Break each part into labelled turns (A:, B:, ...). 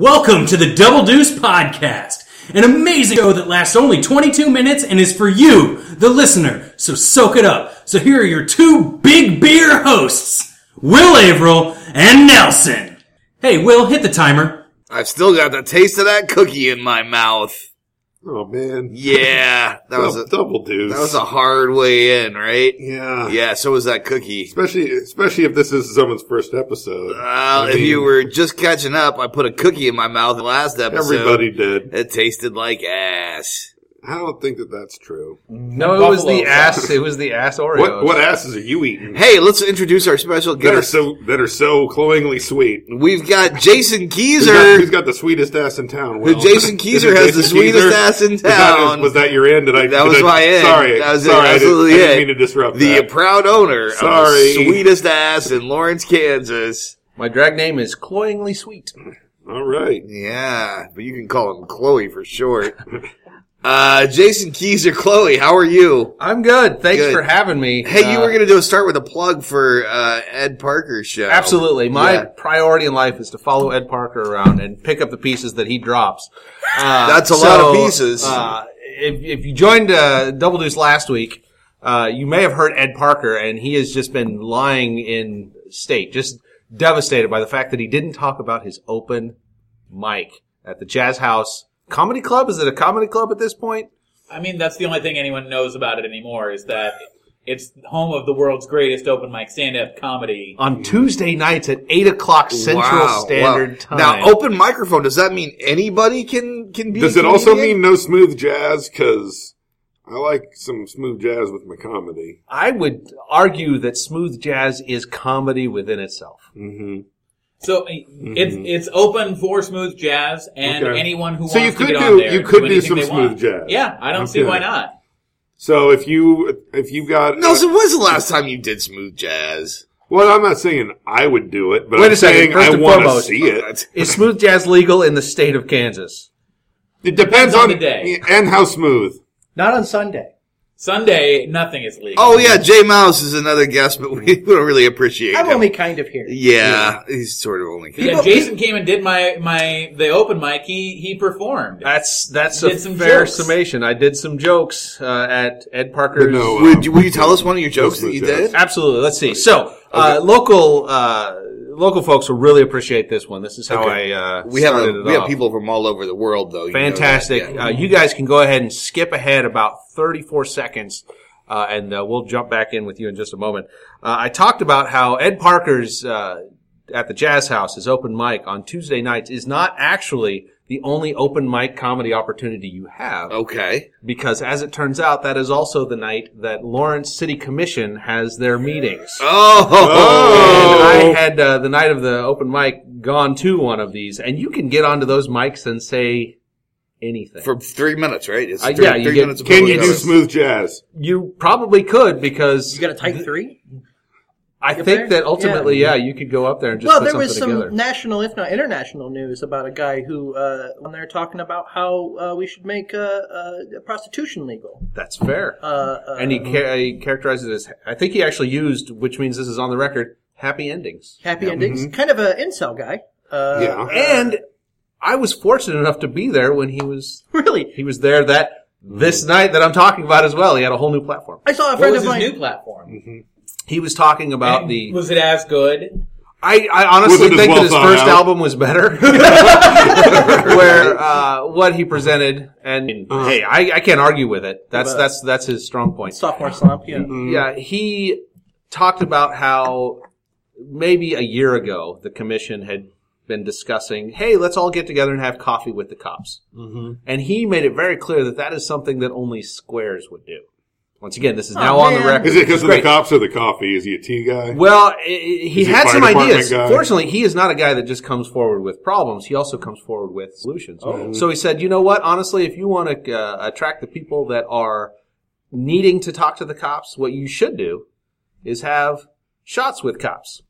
A: Welcome to the Double Deuce Podcast, an amazing show that lasts only 22 minutes and is for you, the listener. So soak it up. So here are your two big beer hosts, Will Averill and Nelson. Hey, Will, hit the timer.
B: I've still got the taste of that cookie in my mouth.
C: Oh man,
B: Yeah, that was a,
C: Dou- double deuce.
B: that was a hard way in, right?
C: yeah,
B: Yeah, so was that cookie.
C: Especially, especially if this is someone's first episode.
B: Well,
C: I
B: if
C: mean,
B: you were just catching up, I put a cookie in my mouth last episode.
C: everybody did.
B: It tasted like ass.
C: I don't think that that's true.
D: No, it was the ass. It was the ass Oreos.
C: What what asses are you eating?
B: Hey, let's introduce our special
C: that are
B: guest.
C: so that are so cloyingly sweet.
B: We've got Jason
C: Who's got, who's
B: Keezer.
C: got the sweetest ass in town?
B: The
C: Will?
B: Jason
C: Is it
B: Keezer has the
C: Jason
B: sweetest
C: Keezer?
B: ass in
C: Was that-
B: town.
C: was that your end? Did I?
B: That was
C: did I-
B: my end.
C: Sorry,
B: That was it.
C: sorry. I didn't-
B: Absolutely
C: I didn't,
B: it.
C: mean to disrupt
B: The
C: that.
B: proud owner
C: Sorry.
B: of the sweetest ass in Lawrence, Kansas.
D: My drag name is cloyingly sweet.
C: All right.
B: Yeah, but you can call him Chloe for short. Uh, Jason Keys or Chloe, how are you?
D: I'm good. Thanks
B: Good.
D: for having me.
B: Hey, you
D: Uh,
B: were going to do a start with a plug for uh, Ed Parker's show.
D: absolutely. My
B: Yeah.
D: priority in life is to follow Ed Parker around and pick up the pieces that he drops. Uh,
B: That's a lot of pieces.
D: Uh, if, if you joined uh, Double Deuce last week, uh, you may have heard Ed Parker, and he has just been lying in state, just devastated by the fact that he didn't talk about his open mic at the Jazz House Comedy Club. Is it a comedy club at this point?
E: I mean, that's the only thing anyone knows about it anymore is that it's home of the world's greatest open mic stand-up comedy.
D: on Tuesday nights at eight o'clock Central
B: Wow,
D: Standard
B: wow.
D: Time.
B: Now, open microphone, does that mean anybody can, can be
C: Does
B: a
C: it also
B: comedian?
C: mean no smooth jazz? Because I like some smooth jazz with my comedy.
D: I would argue that smooth jazz is comedy within itself.
B: Mm.
C: hmm
E: So eh, it's it's open for smooth jazz and
C: Mm-hmm. Okay.
E: anyone who
C: So you
E: wants
C: could
E: to get
C: do-
E: on there.
C: you
E: and
C: could do
E: anything
C: some
E: they
C: smooth
E: want.
C: jazz.
E: Yeah, I don't see
C: Okay.
E: why not.
C: So if you if you got uh,
B: Nelson, when's the last time you did smooth jazz?
C: Well, I'm not saying I would do it, but
D: Wait
C: I'm
D: a second.
C: saying
D: First
C: I
D: and
C: want to
D: foremost-
C: see it.
D: Is smooth jazz legal in the state of Kansas?
C: It depends
E: on
C: on
E: the day.
C: and how smooth.
D: Not on Sunday.
E: Sunday, nothing is legal.
B: Oh, yeah, Jay Mouse is another guest, but we don't really appreciate him.
D: kind of here.
B: yeah, he's sort of only.
E: yeah, Jason came and did my my the open mic. He he performed.
D: That's that's
E: Did
D: a
E: some
D: fair
E: jokes.
D: summation. I did some jokes uh, at Ed Parker's.
C: No, uh,
B: Would you, will you tell us one of your jokes that
C: smooth
B: you
C: jazz.
B: did?
D: Absolutely. Let's see. So uh, local uh, local folks will really appreciate this one. This is how
B: Okay.
D: I uh,
B: We have
D: started
B: a,
D: it
B: we have
D: off.
B: people from all over the world though. you know that,
D: Fantastic.
B: yeah.
D: Uh, you guys can go ahead and skip ahead about 34 seconds, uh, and uh, we'll jump back in with you in just a moment. Uh, I talked about how Ed Parker's uh, at the Jazz House, his open mic on Tuesday nights, is not actually the only open mic comedy opportunity you have,
B: Okay.
D: because as it turns out, that is also the night that Lawrence City Commission has their meetings.
B: Oh,
D: And
C: Oh.
D: I had uh, the night of the open mic gone to one of these, and you can get onto those mics and say anything.
B: for three minutes, right? It's
D: Uh,
B: three,
D: yeah, you
B: three
D: get-
B: minutes. of
C: Can
B: public
C: you do
B: notice.
C: smooth jazz?
D: you probably could because
F: You got a type three?
D: I
F: Get
D: think
F: there?
D: that ultimately, yeah. you could go up there and just
F: Well,
D: put
F: there
D: something
F: was some
D: together.
F: national, if not international, news about a guy who, uh, when they're talking about how uh, we should make uh, uh, prostitution legal.
D: That's fair.
F: Uh, uh,
D: and he, ca- he characterizes it as, I think he actually used, which means this is on the record, happy endings.
F: happy endings. Kind of an incel guy. Uh,
C: Yeah.
D: And I was fortunate enough to be there when he was,
F: Really.
D: he was there that,
F: Mm.
D: this night that I'm talking about as well. He had a whole new platform.
F: I saw a
E: what
F: friend
E: was his
F: of mine.
E: new platform?
D: He was talking about
E: And
D: the,
E: was it as good?
D: I, I honestly
C: Wasn't as
D: think
C: well
D: that his
C: thought
D: first
C: out.
D: album was better. Where uh, what he presented, and uh, hey, I, I can't argue with it. That's
F: Mm-hmm. But-
D: that's that's his strong point.
F: Sophomore slump, yeah.
D: Yeah, he talked about how maybe a year ago the commission had been discussing, hey, let's all get together and have coffee with the cops. Mm-hmm. And he made it very clear that that is something that only squares would do. Once again, this is now on the
F: Oh, man.
D: record.
C: Is it because of the
D: Great.
C: cops or the coffee? Is he a tea guy?
D: Well, i- i- he
C: Is he
D: had
C: fire
D: some
C: department
D: ideas.
C: guy?
D: Fortunately, he is not a guy that just comes forward with problems. He also comes forward with solutions.
C: Oh.
D: So he said, you know what? Honestly, if you want to uh, attract the people that are needing to talk to the cops, what you should do is have shots with cops.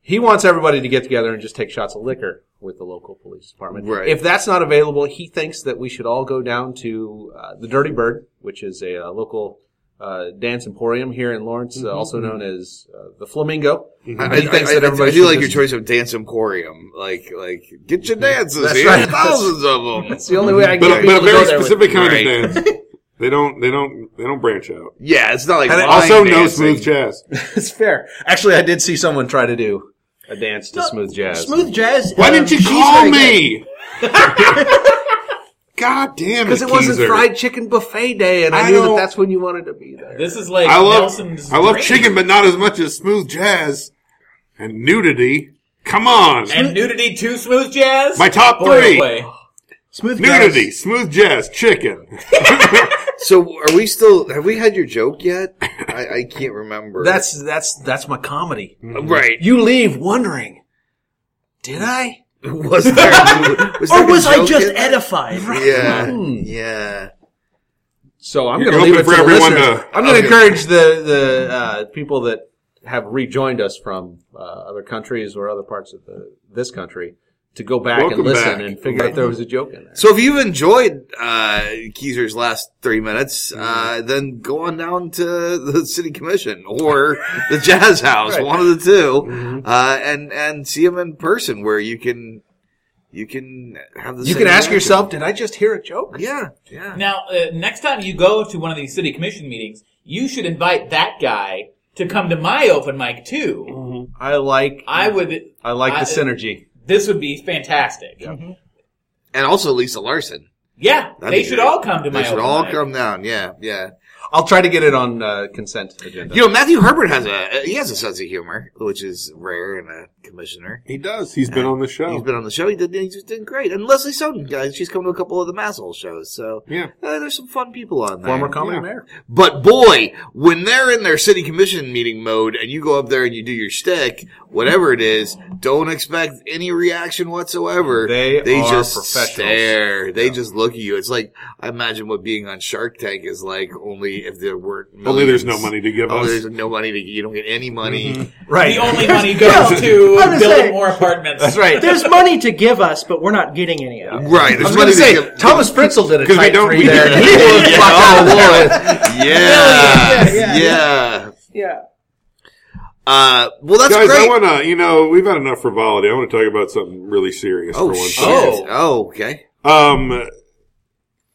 D: he wants everybody to get together and just take shots of liquor with the local police department.
B: Right.
D: If that's not available, he thinks that we should all go down to uh, the Dirty Bird, which is a, uh local uh, Dance Emporium here in Lawrence, uh, also known as uh, the Flamingo.
B: I,
D: He thinks
B: I-
D: that
B: I- I
D: everybody
B: do
D: should
B: like your
D: just-
B: choice of dance emporium. Like, like get your dances
D: That's
B: here,
D: right.
B: thousands of them.
D: It's the only way I can
C: But,
D: get
C: a- but a
D: people to go
C: very
D: there with-
C: specific kind
B: Right.
C: of dance. They don't. They don't. They don't branch out.
B: Yeah, it's not like
D: And it-
B: line
C: Also, no
B: dancing.
C: smooth jazz.
D: It's fair. Actually, I did see someone try to do a dance to smooth jazz.
F: Smooth jazz.
C: Why
F: um,
C: didn't you
F: she's
C: call
F: very good.
C: me? God damn it!
D: because it wasn't
C: Keezer.
D: fried chicken buffet day, and I,
C: I
D: knew that
C: don't-
D: that's when you wanted to be there.
E: This is like
C: I love.
E: Nelson's
C: I love
E: dream.
C: chicken, but not as much as smooth jazz and nudity. Come on,
E: and nudity to smooth jazz.
C: My top
E: Boy, oh
C: three.
E: boy.
F: Smooth jazz.
C: nudity, smooth jazz, chicken.
B: So, are we still? Have we had your joke yet? I, I can't remember.
D: That's that's that's my comedy.
B: right.
D: You leave wondering, did I?
B: Was there? Was
F: Or
B: there a
F: was I
B: joke
F: just
B: in there?
F: edified?
B: Yeah.
D: Hmm.
B: Yeah.
D: So I'm
C: You're
D: going to leave it
C: open for
D: for the
C: everyone
D: listeners.
C: to-
D: I'm going
B: okay.
D: to encourage the the uh, people that have rejoined us from uh, other countries or other parts of the, this country to go back
C: Welcome
D: and listen
C: back.
D: and figure out if there was a joke in there.
B: So if you've enjoyed uh, Keezer's last three minutes,
D: Mm-hmm.
B: uh, then go on down to the city commission or the jazz house,
D: Right. Mm-hmm.
B: one of the 2 uh, and and see him in person where you can you can have the
D: You
B: same
D: can ask
B: reaction.
D: yourself, did I just hear a joke?
B: Yeah, yeah.
E: Now, uh, next time you go to one of these city commission meetings, you should invite that guy to come to my open mic too.
B: Mm-hmm.
D: I like
E: I would.
D: I like
E: I-
D: the synergy.
E: This would be fantastic.
B: And also Lisa Larson.
E: Yeah,
B: That'd
E: they
B: be
E: should
B: great.
E: all come to my
B: They should
E: open
B: all
E: mic.
B: come down. Yeah, yeah.
D: I'll try to get it on uh, consent agenda.
B: You know, Matthew Herbert has a he has a sense of humor, which is rare in a commissioner.
C: He does. He's been on the show.
B: He's been on the show. He did. He's just doing great. And Leslie Soden, guys, she's come to a couple of the Masshole shows. So
C: Yeah.
B: uh, there's some fun people on there.
D: Former comedy
C: Yeah.
D: mayor.
B: But boy, when they're in their city commission meeting mode and you go up there and you do your shtick, whatever it is, don't expect any reaction whatsoever.
D: They
B: they
D: are
B: just
D: professionals.
B: stare. They just look at you. It's like I imagine what being on Shark Tank is like. Only if there weren't. Millions.
C: Only there's no money to give
B: Only
C: us. Mm-hmm.
B: there's no money to. You don't get any money.
D: Right.
E: The only money
F: Yeah,
E: goes to
F: I was gonna say-
E: building more apartments.
D: That's right.
F: There's money to give us, but we're not getting any of it.
B: Right.
D: I
B: There's
D: was
B: money
D: going to say,
B: to give.
D: Thomas Pritzel did a
C: 'Cause we
D: tight
C: don't-
D: three
C: we-
D: there. and he blew his
B: yeah.
D: block out of the water.
B: Oh, boy. yeah.
F: yeah,
B: Yeah.
F: yeah. Yeah.
B: Uh, well, that's
C: Guys,
B: great.
C: I want to, you know, we've had enough frivolity. I want to talk about something really serious
B: oh,
C: for one
B: shit.
C: second.
B: Oh.
E: Oh.
B: okay.
C: Um,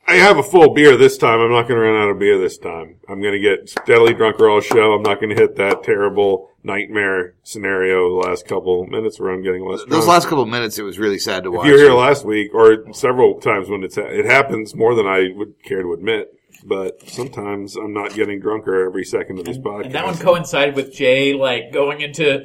C: I have a full beer this time. I'm not going to run out of beer this time. I'm going to get steadily drunker all show. I'm not going to hit that terrible nightmare scenario the last couple minutes where I'm getting less drunk.
B: Those last couple of minutes, it was really sad to
C: Uh, if
B: watch.
C: you were here last week, or several times when it's ha- it happens more than I would care to admit, but sometimes I'm not getting drunker every second of this podcast.
E: And that one coincided with Jay like going into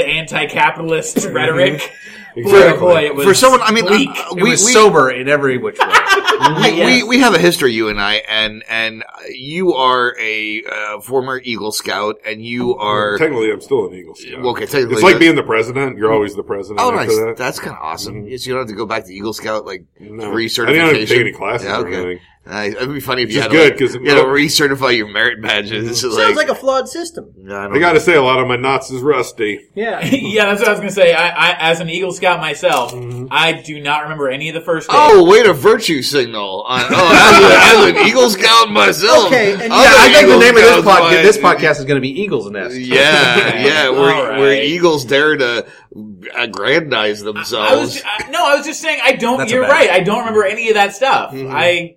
E: anti-capitalist rhetoric. Boy, oh boy, it was
B: For someone, I mean,
E: bleak.
B: uh,
D: It
B: we,
D: was
B: we,
D: sober in every which way.
B: we, we, we have a history, you and I, and and uh, you are a uh, former Eagle Scout, and you are.
C: Technically, I'm still an Eagle Scout.
B: Well, okay, technically
C: it's like
B: that-
C: being the president. You're always the president.
B: Oh,
C: after
B: nice.
C: That. Mm-hmm.
B: That's kind of awesome. So you don't have to go back to Eagle Scout like
C: No.
B: recertification.
C: I didn't have to take any classes
B: Yeah,
C: or
B: okay.
C: anything.
B: Nice. It'd be funny if you
C: Which
B: had
C: is
B: to,
C: good, 'cause-
B: like, you had to recertify your merit badges. It's just
F: Sounds like a flawed system.
B: No, I don't
C: I got to say, a lot of my knots is rusty.
F: Yeah.
E: yeah, that's what I was gonna say. I, I as an Eagle Scout myself, I do not remember any of the first. days.
B: Mm-hmm. Oh, wait, a virtue signal. On, oh, as, a, as an Eagle Scout myself.
F: Okay, and-
B: I'm an
F: Yeah,
D: I think the
B: Eagle
D: name of this,
B: Scout,
D: pod-
B: but-
D: this podcast is going to be Eagle's Nest.
B: Yeah, yeah, where,
E: All
B: where
E: right.
B: eagles dare to aggrandize
E: I was
B: themselves.
E: I, no, I was just saying I don't.
D: That's a
E: you're
D: bad-
E: right. I don't remember any of that stuff. I,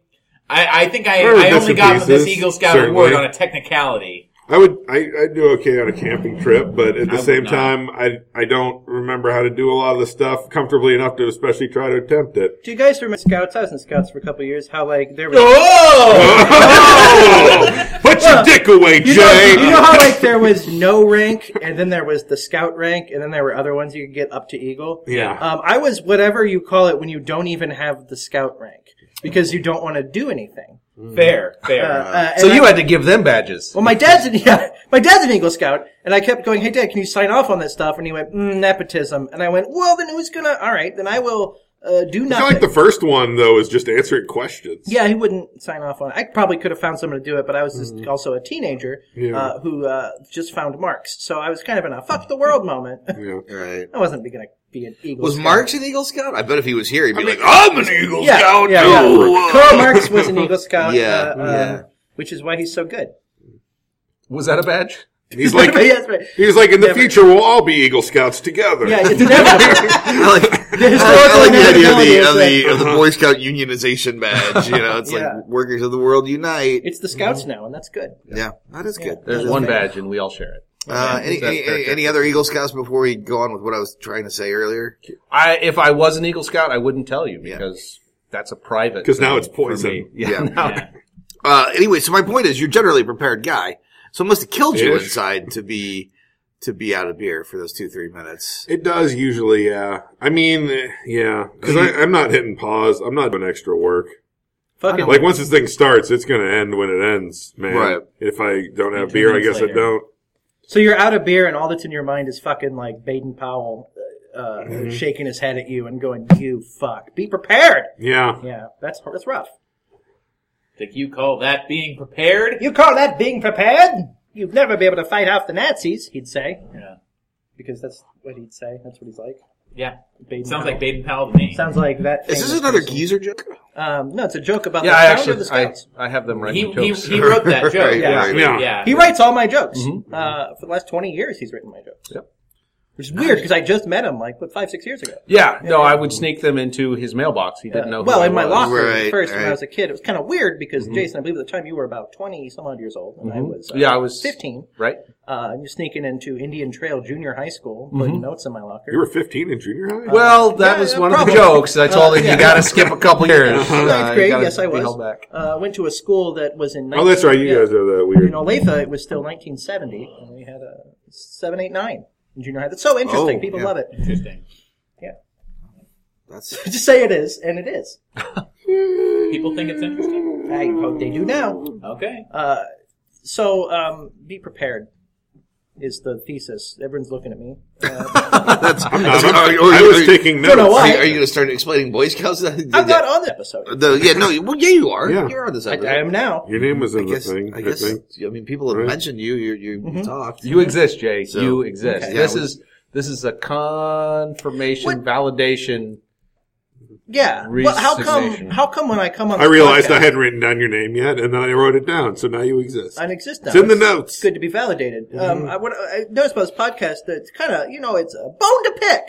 E: I I think I,
C: Or
E: I only
C: Mr.
E: got from this
C: Pieces,
E: Eagle Scout
C: certainly.
E: award on a technicality.
C: I would, I, I do okay on a camping trip, but at the
E: would
C: same
E: not.
C: time, I, I don't remember how to do a lot of the stuff comfortably enough to especially try to attempt it.
F: Do you guys remember Scouts? I was in Scouts for a couple of years. How like there was
E: Oh,
C: Oh! Put your dick away,
F: You know,
C: Jay.
F: you know how like there was no rank, and then there was the scout rank, and then there were other ones you could get up to eagle.
C: Yeah.
F: Um, I was whatever you call it when you don't even have the scout rank because you don't want to do anything.
E: fair, fair.
F: Uh,
D: So
F: and
D: you
F: I-
D: had to give them badges.
F: well, my dad's an yeah, my dad's an Eagle Scout, and I kept going, "Hey, Dad, can you sign off on this stuff?" And he went, mm, "Nepotism," and I went, "Well, then who's gonna? All right, then I will uh, do
C: I
F: nothing."
C: like the first one though is just answering questions.
F: Yeah, he wouldn't sign off on it. I probably could have found someone to do it, but I was just
C: Mm-hmm.
F: also a teenager uh, who uh, just found Marx. So I was kind of in a fuck the world moment.
C: Yeah.
B: right.
F: I wasn't going to be an Eagle
B: Was
F: Scout.
B: Marx an Eagle Scout? I bet if he was here, he'd be like, I'm an Eagle
F: Yeah,
B: Scout
F: yeah,
B: too.
F: yeah. Karl Marx was an Eagle Scout,
B: Yeah,
F: uh, uh,
B: yeah.
F: which is why he's so good.
D: Was that a badge?
C: He's like,
F: yeah, that's right.
C: he's like, in the
F: Never.
C: future, we'll all be Eagle Scouts together.
F: Yeah, it's never.
B: I like,
F: The
B: I
F: historical
B: like the idea of
F: inevitability
B: the,
F: is
B: of
F: that-
B: the, of the Boy Scout unionization badge. You know, it's
F: Yeah.
B: like workers of the world unite.
F: It's the Scouts
C: Mm-hmm.
F: now, and that's good.
B: Yeah, that is good.
D: There's
B: That is
D: one
B: good.
D: badge, and we all share it.
B: Uh, any,
D: That's
B: any,
D: fair,
B: any-
D: fair.
B: any other Eagle Scouts before we go on with what I was trying to say earlier?
D: I, if I was an Eagle Scout, I wouldn't tell you
B: Yeah.
D: because that's a private.
C: 'Cause now
D: thing
C: it's poison.
D: for me. Yeah.
B: Yeah.
D: now-
B: Uh, anyway, so my point is, you're generally a prepared guy, so it must have killed you
C: Ish.
B: inside to be to be out of beer for those two three minutes.
C: It does usually, yeah. I mean, eh, yeah, because I'm not hitting pause. I'm not doing extra work.
F: Fucking
C: Like once this thing starts, it's gonna end when it ends, man.
B: Right.
C: If I don't have
F: two
C: beer, I
F: minutes
C: guess I
F: later.
C: don't.
F: So you're out of beer, and all that's in your mind is fucking like Baden Powell uh,
C: Mm-hmm.
F: shaking his head at you and going, "You fuck, be prepared."
C: Yeah.
F: Yeah, that's that's rough.
E: Like you call that being prepared?
F: You call that being prepared? You'd never be able to fight off the Nazis, he'd say,
E: Yeah.
F: because that's what he'd say. That's what he's like.
E: Yeah.
F: Baden
E: Sounds
F: Powell.
E: like Baden Powell to me.
F: Sounds like that.
B: Is
F: famous
B: this another
F: person.
B: geezer joke?
F: Um, no, it's a joke about
D: Yeah,
F: the
D: I
F: founder of the
D: actually, I,
F: Scouts.
D: I have them
E: he,
D: writing
E: he,
D: jokes.
E: he wrote that joke.
B: Right,
E: yeah.
B: right.
C: Yeah.
F: he writes all my jokes. Uh, for the last twenty years, he's written my jokes.
D: Mm-hmm. Yep.
F: Which is weird because I just met him like what five, six years ago.
D: yeah, no, I would sneak them into his mailbox. He didn't know.
F: Uh, well,
D: who I
F: in my
D: was. Mm-hmm.
F: locker room
B: Right,
F: at first when
B: right.
F: I was a kid, it was kind of weird because Jason, I believe at the time you were about twenty some odd years old, and I was uh,
D: Yeah, I was-
F: fifteen.
D: right?
F: Uh, and you're sneaking into Indian Trail Junior High School,
D: Mm-hmm.
F: putting notes in my locker.
C: You were 15 in junior high.
F: Uh,
D: Well, that
F: yeah,
D: was
F: yeah,
D: one of
F: probably.
D: the jokes. I told
F: Uh,
D: him
F: yeah.
D: you got to skip a couple years. Uh,
F: ninth
D: you
F: grade,
D: gotta
F: yes, I
D: be
F: was.
D: held back.
F: Uh, went to a school that was in. 19-
C: oh, that's right. You guys are that
F: in
C: weird.
F: Olathe, it was still 1970, and we had a seven, eight, nine in junior high. That's so interesting.
B: Oh,
F: People
B: yeah.
F: love it.
E: Interesting.
B: That's
F: Just say it is, and it is.
E: People think it's interesting.
F: I hope they do now.
E: Okay.
F: Uh, so um, be prepared is the thesis. Everyone's looking at me. Uh,
B: that's.
C: I'm not.
B: that's-
C: I'm-
B: are- are-
C: I
B: are-
C: was
B: are-
C: taking notes.
F: Don't know
B: Are
F: why.
B: you, going to start explaining Boy Scouts?
F: I'm not on the episode.
B: The, yeah, no. you- Well, yeah, you are.
C: Yeah.
B: You're on this
F: I,
B: episode.
F: I am now.
C: Your name was
B: I
C: in the
B: guess.
C: thing.
B: I guess.
C: think.
B: I mean, people have
C: Right.
B: mentioned you. You you,
F: Mm-hmm.
B: you talked.
D: You exist, Jay.
B: So-
D: you exist.
B: Okay.
D: This
B: Yeah, we-
D: is this is a confirmation,
F: What-
D: validation.
F: Yeah. Well, how come?
D: Resignation.
F: How come when I come on?
C: I
F: this
C: realized
F: podcast,
C: I hadn't written down your name yet, and then I wrote it down. So now you exist.
F: I exist now.
C: it's in the notes.
F: good to be validated. Um, I, what I noticed about this podcast that it's kind of you know it's a bone to pick.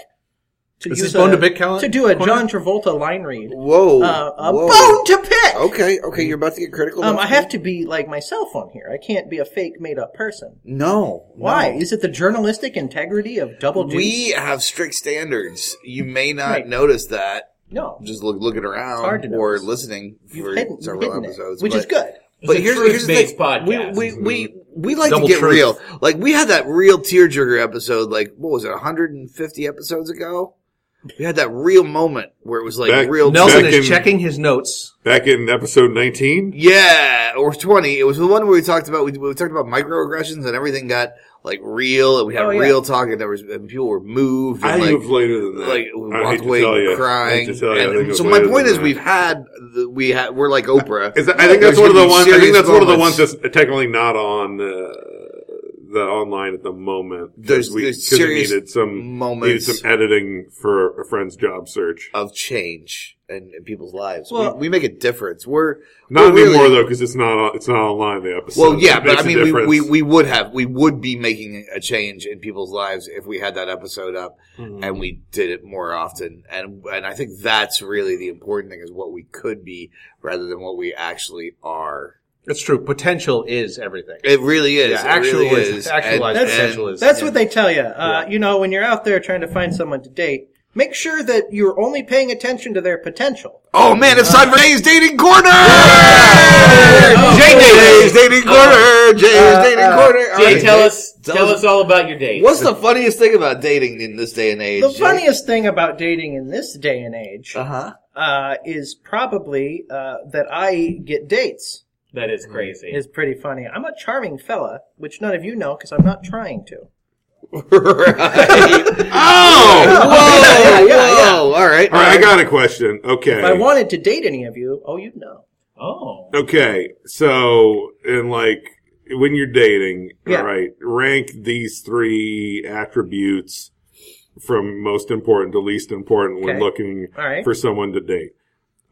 F: To
D: Is this
F: use
D: bone
F: a-
D: to pick count-
F: to do a
D: corner?
F: John Travolta line read.
B: Whoa.
F: Uh, a
B: whoa.
F: bone to pick.
B: Okay. Okay. You're about to get critical.
F: Um,
B: about
F: I have
B: me?
F: to be like myself on here. I can't be a fake, made up person.
B: No.
F: Why?
B: no.
F: Is it the journalistic integrity of Double Deuce?
B: We have strict standards. You may not
F: Right.
B: notice that
F: no.
B: just look, looking
F: hard to
B: around or
F: notice.
B: listening for
F: You've hidden, you've
B: several
F: hidden
B: episodes,
F: it, which is
B: but-
F: good.
E: It's a truth-based podcast. Mm-hmm.
B: We, we, we, we like
D: Double
B: to get
D: truth.
B: real. Like, we had that real tearjerker episode, like, what was it, 150 episodes ago? We had that real moment where it was like
C: Back-
B: real.
D: Nelson
C: Back
D: is
C: in-
D: checking his notes.
C: Back in episode 19.
B: Yeah, or 20. It was the one where we talked about, we, we talked about microaggressions and everything got like real and we had
F: Oh, yeah.
B: real talk and there was, and people were moved. And,
C: I
B: like,
C: think it was later than that.
B: like
C: I hate
B: walked
C: to tell
B: away
C: you. I hate
B: crying.
C: to tell you, I
B: And
C: think it was
B: so my
C: later
B: point
C: than
B: is,
C: that.
B: we've had the, we ha- we're like Oprah.
C: Is that, I think that's
B: There's
C: one of the
B: gonna be
C: ones. I think
B: serious
C: that's one of the ones
B: moments.
C: that's technically not on uh, the online at the moment. 'cause
B: There's-
C: we,
B: there's
C: 'cause it
B: serious
C: needed some
B: moments. Uh,
C: needed some editing for a friend's job search.
B: of change in, in people's lives.
F: Well-
B: we, we make a difference. We're we're
C: Not
B: really-
C: anymore though, because it's not on- it's not online the episode.
B: Well, yeah,
C: It
B: but
C: makes
B: I
C: a
B: mean, we,
C: difference.
B: we we would have we would be making a change in people's lives if we had that episode up and we did it more often. And and I think that's really the important thing is what we could be rather than what we actually are.
D: That's true. Potential is everything.
B: It really is.
D: Yeah,
B: It
D: actual
B: really
D: is- actualized
B: And- and-
D: potential is-
F: That's what they tell you. Uh, You know, when you're out there trying to find someone to date, make sure that you're only paying attention to their potential.
B: Oh man, it's time for Dave's dating corner.
E: Oh,
B: Jay
E: Jay.
B: Dave's dating corner. Jay's dating corner. All
E: Jay,
B: right,
E: tell
B: Jay,
E: us, tell us all about your date.
B: What's the funniest thing about dating in this day and age?
F: The funniest thing about dating in this day and age
C: Uh-huh.
B: Uh huh.
F: uh, is probably uh, that I get dates.
E: That is crazy.
F: Is pretty funny. I'm a charming fella, which none of you know because I'm not trying to.
B: uh-huh. Oh,
F: yeah,
B: whoa,
F: yeah,
B: whoa! All right,
C: All right, I got a question. Okay,
F: If I wanted to date any of you, oh, you'd know.
E: oh.
C: okay. So, and like when you're dating,
F: Yeah.
C: all right, rank these three attributes from most important to least important when
F: Okay.
C: looking
F: All right.
C: for someone to date.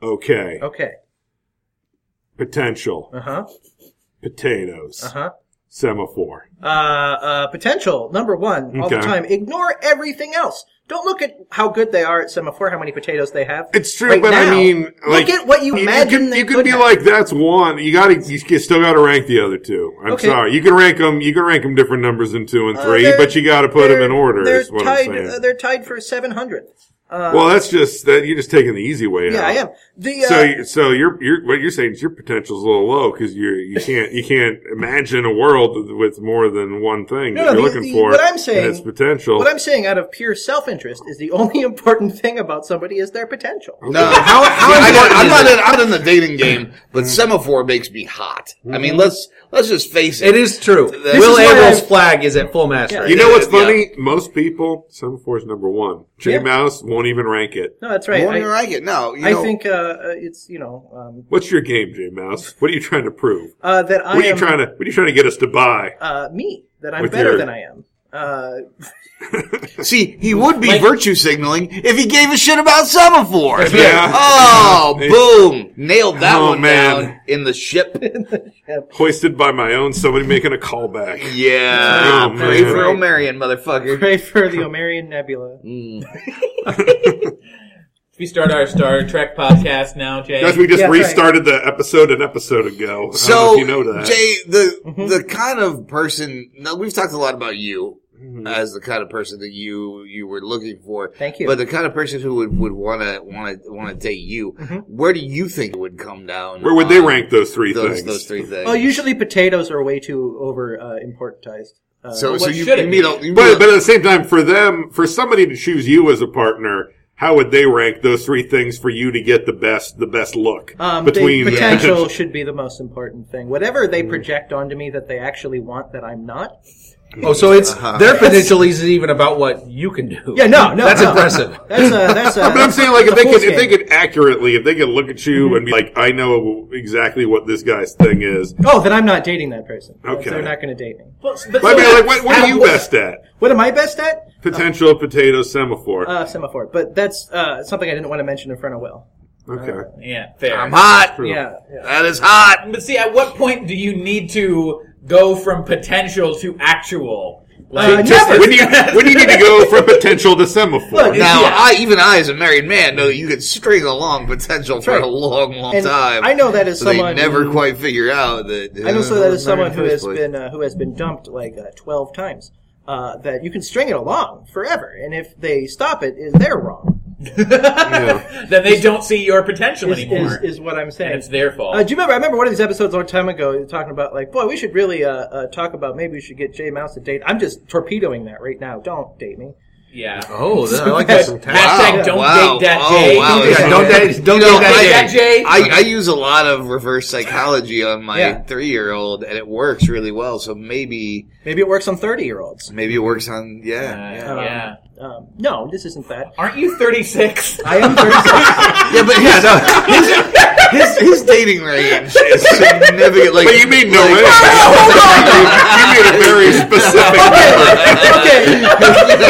C: Okay,
F: Okay.
C: potential
F: Uh huh.
C: potatoes,
F: Uh huh.
C: semaphore.
F: Uh, uh, potential number one all the
C: Okay.
F: time. Ignore everything else. Don't look at how good they are at semaphore, how many potatoes they have.
C: It's true,
F: Right
C: but
F: now,
C: I mean, like,
F: look at what you
C: could-
F: imagine
C: You could,
F: they could
C: be
F: have.
C: like, that's one. You got to, you s- still got to rank the other two. I'm
F: Okay.
C: sorry, you can rank them. You can rank them different numbers in two and
F: Uh,
C: three,
F: they're-
C: but you got to put them
F: they're-
C: in order.
F: They're
C: Is what
F: tied.
C: I'm saying.
F: uh, they're tied for seven hundred.
C: well, that's just that you're just taking the easy way out.
F: Yeah, I am. The uh,
C: So, you- so you're, you're what you're saying is your potential's a little low because you you can't you can't imagine a world with more than one thing
F: No,
C: that
F: no,
C: you're
F: the-
C: looking
F: the-
C: for.
F: what I'm
C: and
F: saying-
C: its potential.
F: what I'm saying out of pure self-interest is the only important thing about somebody is their potential.
B: No, how, how I am not in, I'm not in the dating game, but semaphore makes me hot. I mean, let's let's just face Mm-hmm. it.
D: It is true.
B: This is
D: Will
B: why
D: Abel's
F: I've-
D: flag is at full mastery.
C: you know what's
B: Yeah.
C: funny? Most people, semaphore's number one. Jay
F: Yeah.
C: Mouse won't even rank it.
F: No, that's right.
B: More than
F: I,
B: I get. No, you
F: I
B: know,
F: think uh, uh, it's you know um,
C: What's your game, Jay Mouse? What are you trying to prove?
F: uh, that I
C: What are you
F: am
C: trying to What are you trying to get us to buy?
F: uh, me that I'm
C: With
F: better
C: your-
F: than I am. Uh,
B: See, he would be
E: Like-
B: virtue signaling if he gave a shit about semaphore.
C: Yeah.
B: Oh, boom! Nailed that
C: Oh,
B: one
C: man.
B: down in the ship.
C: Hoisted by my own, somebody making a callback.
B: Yeah,
C: Oh,
B: pray
C: man.
B: for Omarion, motherfucker.
F: pray for the Omarian Nebula.
E: We start our Star Trek podcast now, Jay.
C: Guys, we just
F: Yeah, right.
C: restarted the episode an episode ago. I
B: So,
C: don't know if you know that.
B: Jay, the
E: Mm-hmm.
B: the kind of person. Now, we've talked a lot about you
E: Mm-hmm.
B: as the kind of person that you you were looking for.
F: Thank you.
B: But the kind of person who would would want to want to want to date you.
E: Mm-hmm.
B: Where do you think it would come down?
C: Where would they
B: on
C: rank those three
B: those
C: things?
B: those three things?
E: Oh,
F: Well, usually potatoes are way too over uh, importantized. Uh,
B: so so
E: what
B: you,
E: should
B: you
E: it
B: meet
E: be?
B: a you meet
C: But,
B: a-
C: but at the same time, for them, for somebody to choose you as a partner, how would they rank those three things for you to get the best the best look
F: um,
C: between Mm-hmm.
F: the potential should be the most important thing. Whatever they project onto me that they actually want that I'm not.
D: Oh, so it's
B: Uh-huh.
D: their potential isn't even about what you can do.
F: Yeah, no, no,
D: that's
F: no.
D: impressive.
F: That's a that's a.
C: But I'm saying, like, if
F: that's a
C: they could,
F: fool's
C: if they
F: game.
C: could accurately, if they could look at
F: Mm-hmm.
C: you and be like, I know exactly what this guy's thing is.
F: Oh, then I'm not dating that person.
C: Okay.
F: They're not going to date me.
E: But- but-
C: But I mean,
E: so-
C: like, what, what are you best at?
F: What am I best at?
C: Potential potato semaphore.
F: Uh, semaphore. But that's uh, something I didn't want to mention in front of Will.
C: okay.
E: Yeah, fair.
B: I'm hot.
F: Yeah. yeah.
B: That is hot.
E: But see, at what point do you need to go from potential to actual?
F: Uh,
C: Just-
F: never.
C: when, do you, when do you need to go from potential to semaphore?
F: Look,
B: Now,
E: Yeah.
B: I even I, as a married man, know that you can string along potential for
F: right.
B: a long, long
F: And
B: time.
F: I know that as
B: So they
F: someone
B: never
F: who-
B: quite figure out that.
F: I know so that is
B: uh,
F: someone who has
B: place.
F: been uh, who has been dumped like uh, twelve times. Uh, that you can string it along forever, and if they stop it, is they're wrong.
E: then they don't see your potential
F: Is,
E: anymore.
F: is, is what I'm saying.
E: and it's their fault.
F: Uh, do you remember? I remember one of these episodes a long time ago you were talking about like, boy, we should really uh, uh, talk about maybe we should get Jay Mouse to date. I'm just torpedoing that right now. Don't date me.
E: yeah.
D: Oh, I like that.
E: Hashtag don't
B: Wow.
E: date that
B: Oh,
E: Jay.
B: wow.
D: Yeah, don't date, don't
B: You know,
D: date that
B: I-
D: Jay.
E: That Jay.
B: I, I use a lot of reverse psychology on my
F: Yeah.
B: three-year-old, and it works really well. So maybe,
F: Maybe it works on thirty year olds.
B: maybe it works on
E: Uh,
B: yeah, yeah.
E: yeah.
F: Um, no, this isn't that.
E: Aren't you 36?
F: I am 36.
B: yeah but yeah, no, his, his his dating range is significant. Like,
C: But you mean no way. you made a very specific
F: okay.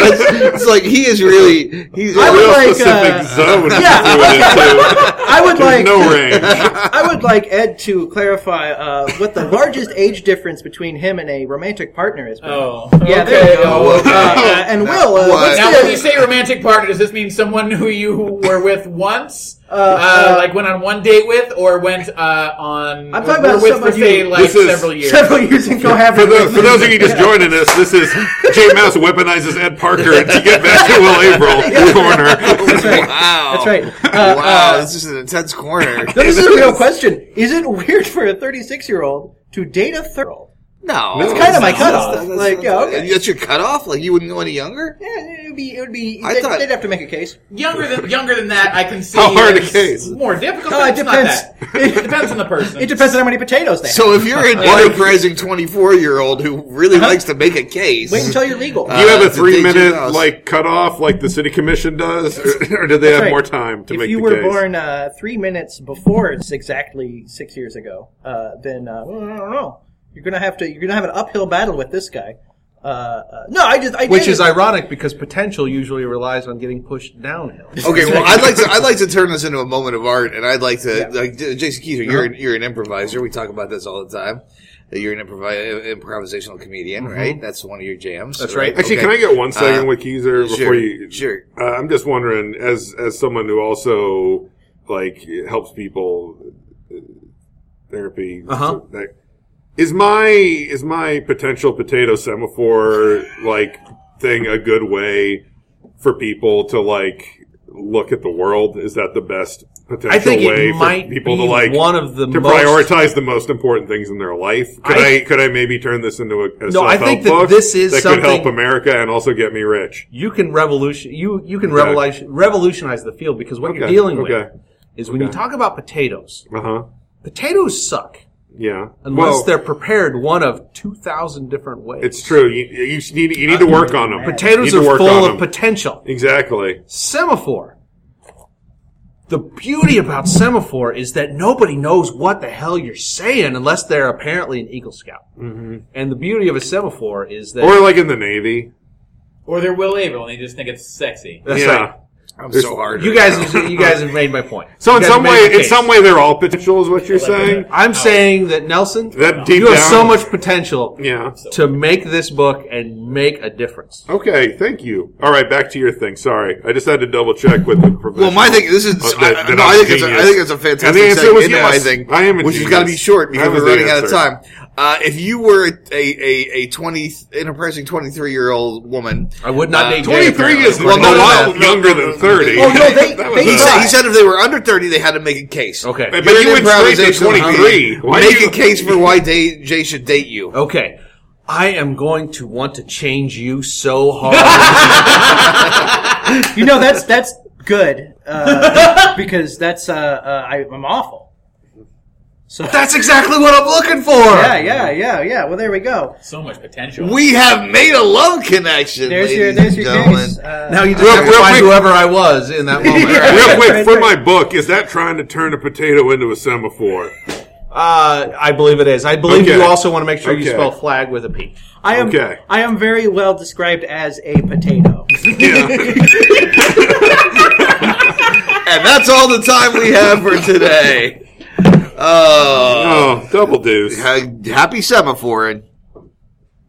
B: it's, it's like he is really he's
F: I would
C: real
F: like,
C: specific
F: uh,
C: zone
F: yeah.
C: yeah. into.
F: I would like
C: no range.
F: I would like Ed to clarify uh, what the largest age difference between him and a romantic partner is.
E: Oh.
F: Yeah,
E: okay.
F: there you go.
E: oh,
F: Uh, uh, and Will, uh,
B: What?
F: what's
E: Now,
F: the-
E: when you say romantic partner, does this mean someone who you were with once, uh,
F: uh,
E: like went on one date with, or went uh, on?
F: I'm talking
E: were
F: about
E: with
F: someone
E: for say
F: you-
E: like
C: This is-
E: several years.
F: several years and
C: For,
F: cohabiting?
C: those for those of you just joining us, this is Jay Mouse weaponizes Ed Parker to get back to Will April corner.
B: wow.
F: That's right. Uh,
B: Wow,
F: uh,
B: this is an intense corner.
F: this is a real question. Is it weird for a 36 year old to date a 30 year old?
B: No,
C: That's
F: Kind of my
B: No,
F: cutoff.
B: that's- that's-
F: like, yeah, okay.
B: That's your cutoff. Like you wouldn't go any younger.
F: Yeah, Eh, it would be. It would be.
B: I
F: They'd,
B: thought-
F: they'd have to make a case.
E: Younger than younger than that, I can see.
C: How hard a
E: is
C: case?
E: More difficult.
F: Oh,
E: but
F: it
E: it's
F: depends.
E: Not that. It depends on the person.
F: It depends on how many potatoes they have.
B: So if you're an enterprising 24 year old who really likes to make a case,
F: Uh-huh. Wait until you're legal.
C: Do you have
B: Uh,
C: a
B: the
C: three
B: DJ
C: minute
B: Mouse.
C: like cutoff like the city commission does, or, or do they have
F: right.
C: more time to
F: if
C: make
F: you
C: the
F: were
C: case?
F: born uh, three minutes before it's exactly six years ago, uh, then uh, well, I don't know. You're gonna have to. You're gonna have an uphill battle with this guy. Uh, uh, no, I just. I
D: Which
F: did-
D: is ironic because potential usually relies on getting pushed downhill.
B: Okay, well, I'd like to I'd like to turn this into a
F: Uh-huh.
B: moment of art, and I'd like to like J- Jason Keyser, you're an, you're an improviser. We talk about this all the time, You're an improv- improvisational comedian,
F: Uh-huh.
B: right? That's one of your jams.
D: That's right.
B: Okay.
C: Actually, can I get one second
B: Uh,
C: with Keezer before
B: sure,
C: you?
B: sure.
C: Uh, I'm just wondering, as as someone who also like helps people uh, therapy.
D: Uh-huh.
C: so that- is my is my potential potato semaphore like thing a good way for people to like look at the world? Is that the best potential
D: I think
C: way
D: it might
C: for people
D: be
C: to like
D: one of the
C: to
D: most,
C: prioritize the most important things in their life. Could I,
D: I-
C: could I maybe turn this into a, a
D: No, I
C: self-help
D: think that
C: book
D: this is
C: that could help
D: something-
C: America and also get me rich?
D: You can revolution you you can
C: Okay.
D: revolution, revolutionize the field because what you're
C: Okay,
D: dealing
C: okay.
D: with is when you talk about potatoes.
C: Uh huh.
D: Potatoes suck
C: Yeah.
D: unless
C: well,
D: they're prepared one of two thousand different ways.
C: it's true. You, you s- need you need to work on them.
D: Uh, potatoes
C: You need to
D: are
C: work
D: full
C: on
D: of
C: them.
D: potential.
C: Exactly.
D: Semaphore. The beauty about semaphore is that nobody knows what the hell you're saying unless they're apparently an Eagle Scout. Mm-hmm. And the beauty of a semaphore is that
C: Or like in the Navy.
E: Or they're Will Able and they just think it's sexy.
D: That's
C: yeah.
D: right.
B: I'm so hard.
D: You
B: right
D: guys, you guys have made my point.
C: So
D: You
C: in
D: guys
C: some
D: have
C: way,
D: made the
C: in
D: case.
C: some way, they're all potential, is what you're saying.
D: I'm saying that Nelson,
C: That deep
D: you have
C: down-
D: so much potential
C: Yeah.
D: to make this book and make a difference.
C: Okay. Thank you. All right. Back to your thing. Sorry, I just had to double check with the.
B: Well,
C: professional.
B: my thing. This is.
C: Uh,
B: I,
C: that-
B: I-
C: that
B: no,
C: I'm
B: I think it's. A, I
C: genius.
B: think it's a
C: And
B: fantastic
C: the answer
B: segue
C: was
B: into
C: yes.
B: my thing.
C: I am a
B: which has
C: genius.
B: got to be short
C: That
B: because
C: was
B: we're
C: the
B: running out of
C: answer.
B: time. Uh, if you were a a, a twenty an impressing twenty three year old woman,
D: I would not
B: Uh,
D: date
C: 23
D: Jay, apparently.
C: is
B: Well,
C: well,
B: no, no,
C: no,
B: no.
C: younger than 30.
F: Oh, no, they-
C: That was
F: they
B: he,
C: a-
B: said, he said if they were under thirty, they had to make a case.
D: Okay.
C: But
B: You're
C: you
B: an
C: went straight to
B: improvisational
C: 23.
B: comedy.
C: Why
B: Make
C: you-
B: a case for why Day, Jay should date you.
D: Okay. I am going to want to change you so hard.
F: You know that's that's good uh, because that's uh, uh, I, I'm awful. So
D: That's exactly what I'm looking for.
F: yeah, yeah, yeah, yeah. Well, there we go.
E: So much potential.
B: We have made a love connection.
F: There's
B: ladies
F: your there's your
B: and gentlemen.
F: case. Uh,
D: Now you just
C: Real-
D: have to
C: real
D: find
C: quick.
D: whoever I was in that moment.
C: Real quick,
F: Right,
C: for
F: right.
C: my book, is that trying to turn a potato into a semaphore?
D: Uh, I believe it is. I believe
C: Okay.
D: you also want to make sure you
C: Okay.
D: spell flag with a P.
F: I am
C: okay.
F: I am very well described as a potato.
B: And that's all the time we have for today. Uh,
C: Oh, double deuce.
B: ha- happy semaphoring.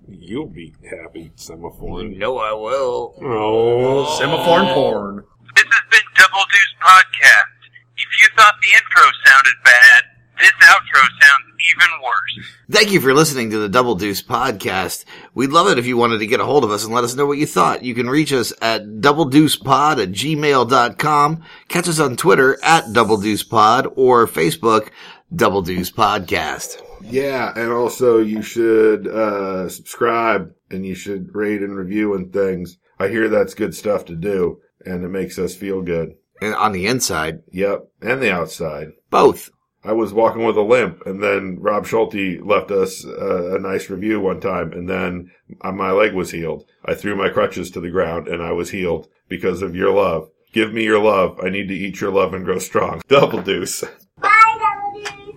C: You'll be happy
B: You
C: semaphore.
B: know I will.
C: Oh.
D: Semaphore and porn.
G: This has been Double Deuce Podcast. If you thought the intro sounded bad, this outro sounds even worse.
B: Thank you for listening to the Double Deuce podcast. We'd love it if you wanted to get a hold of us and let us know what you thought. You can reach us at doubledeucepod at gmail.com. Catch us on Twitter at Double Deuce Pod or Facebook Double Deuce Podcast.
C: Yeah, and also you should uh, subscribe and you should rate and review and things. I hear that's good stuff to do, and it makes us feel good.
B: And on the inside,
C: Yep, and the outside.
B: both.
C: I was walking with a limp, and then Rob Schulte left us uh, a nice review one time, and then uh, my leg was healed. I threw my crutches to the ground, and I was healed because of your love. Give me your love. I need to eat your love and grow strong. Double deuce.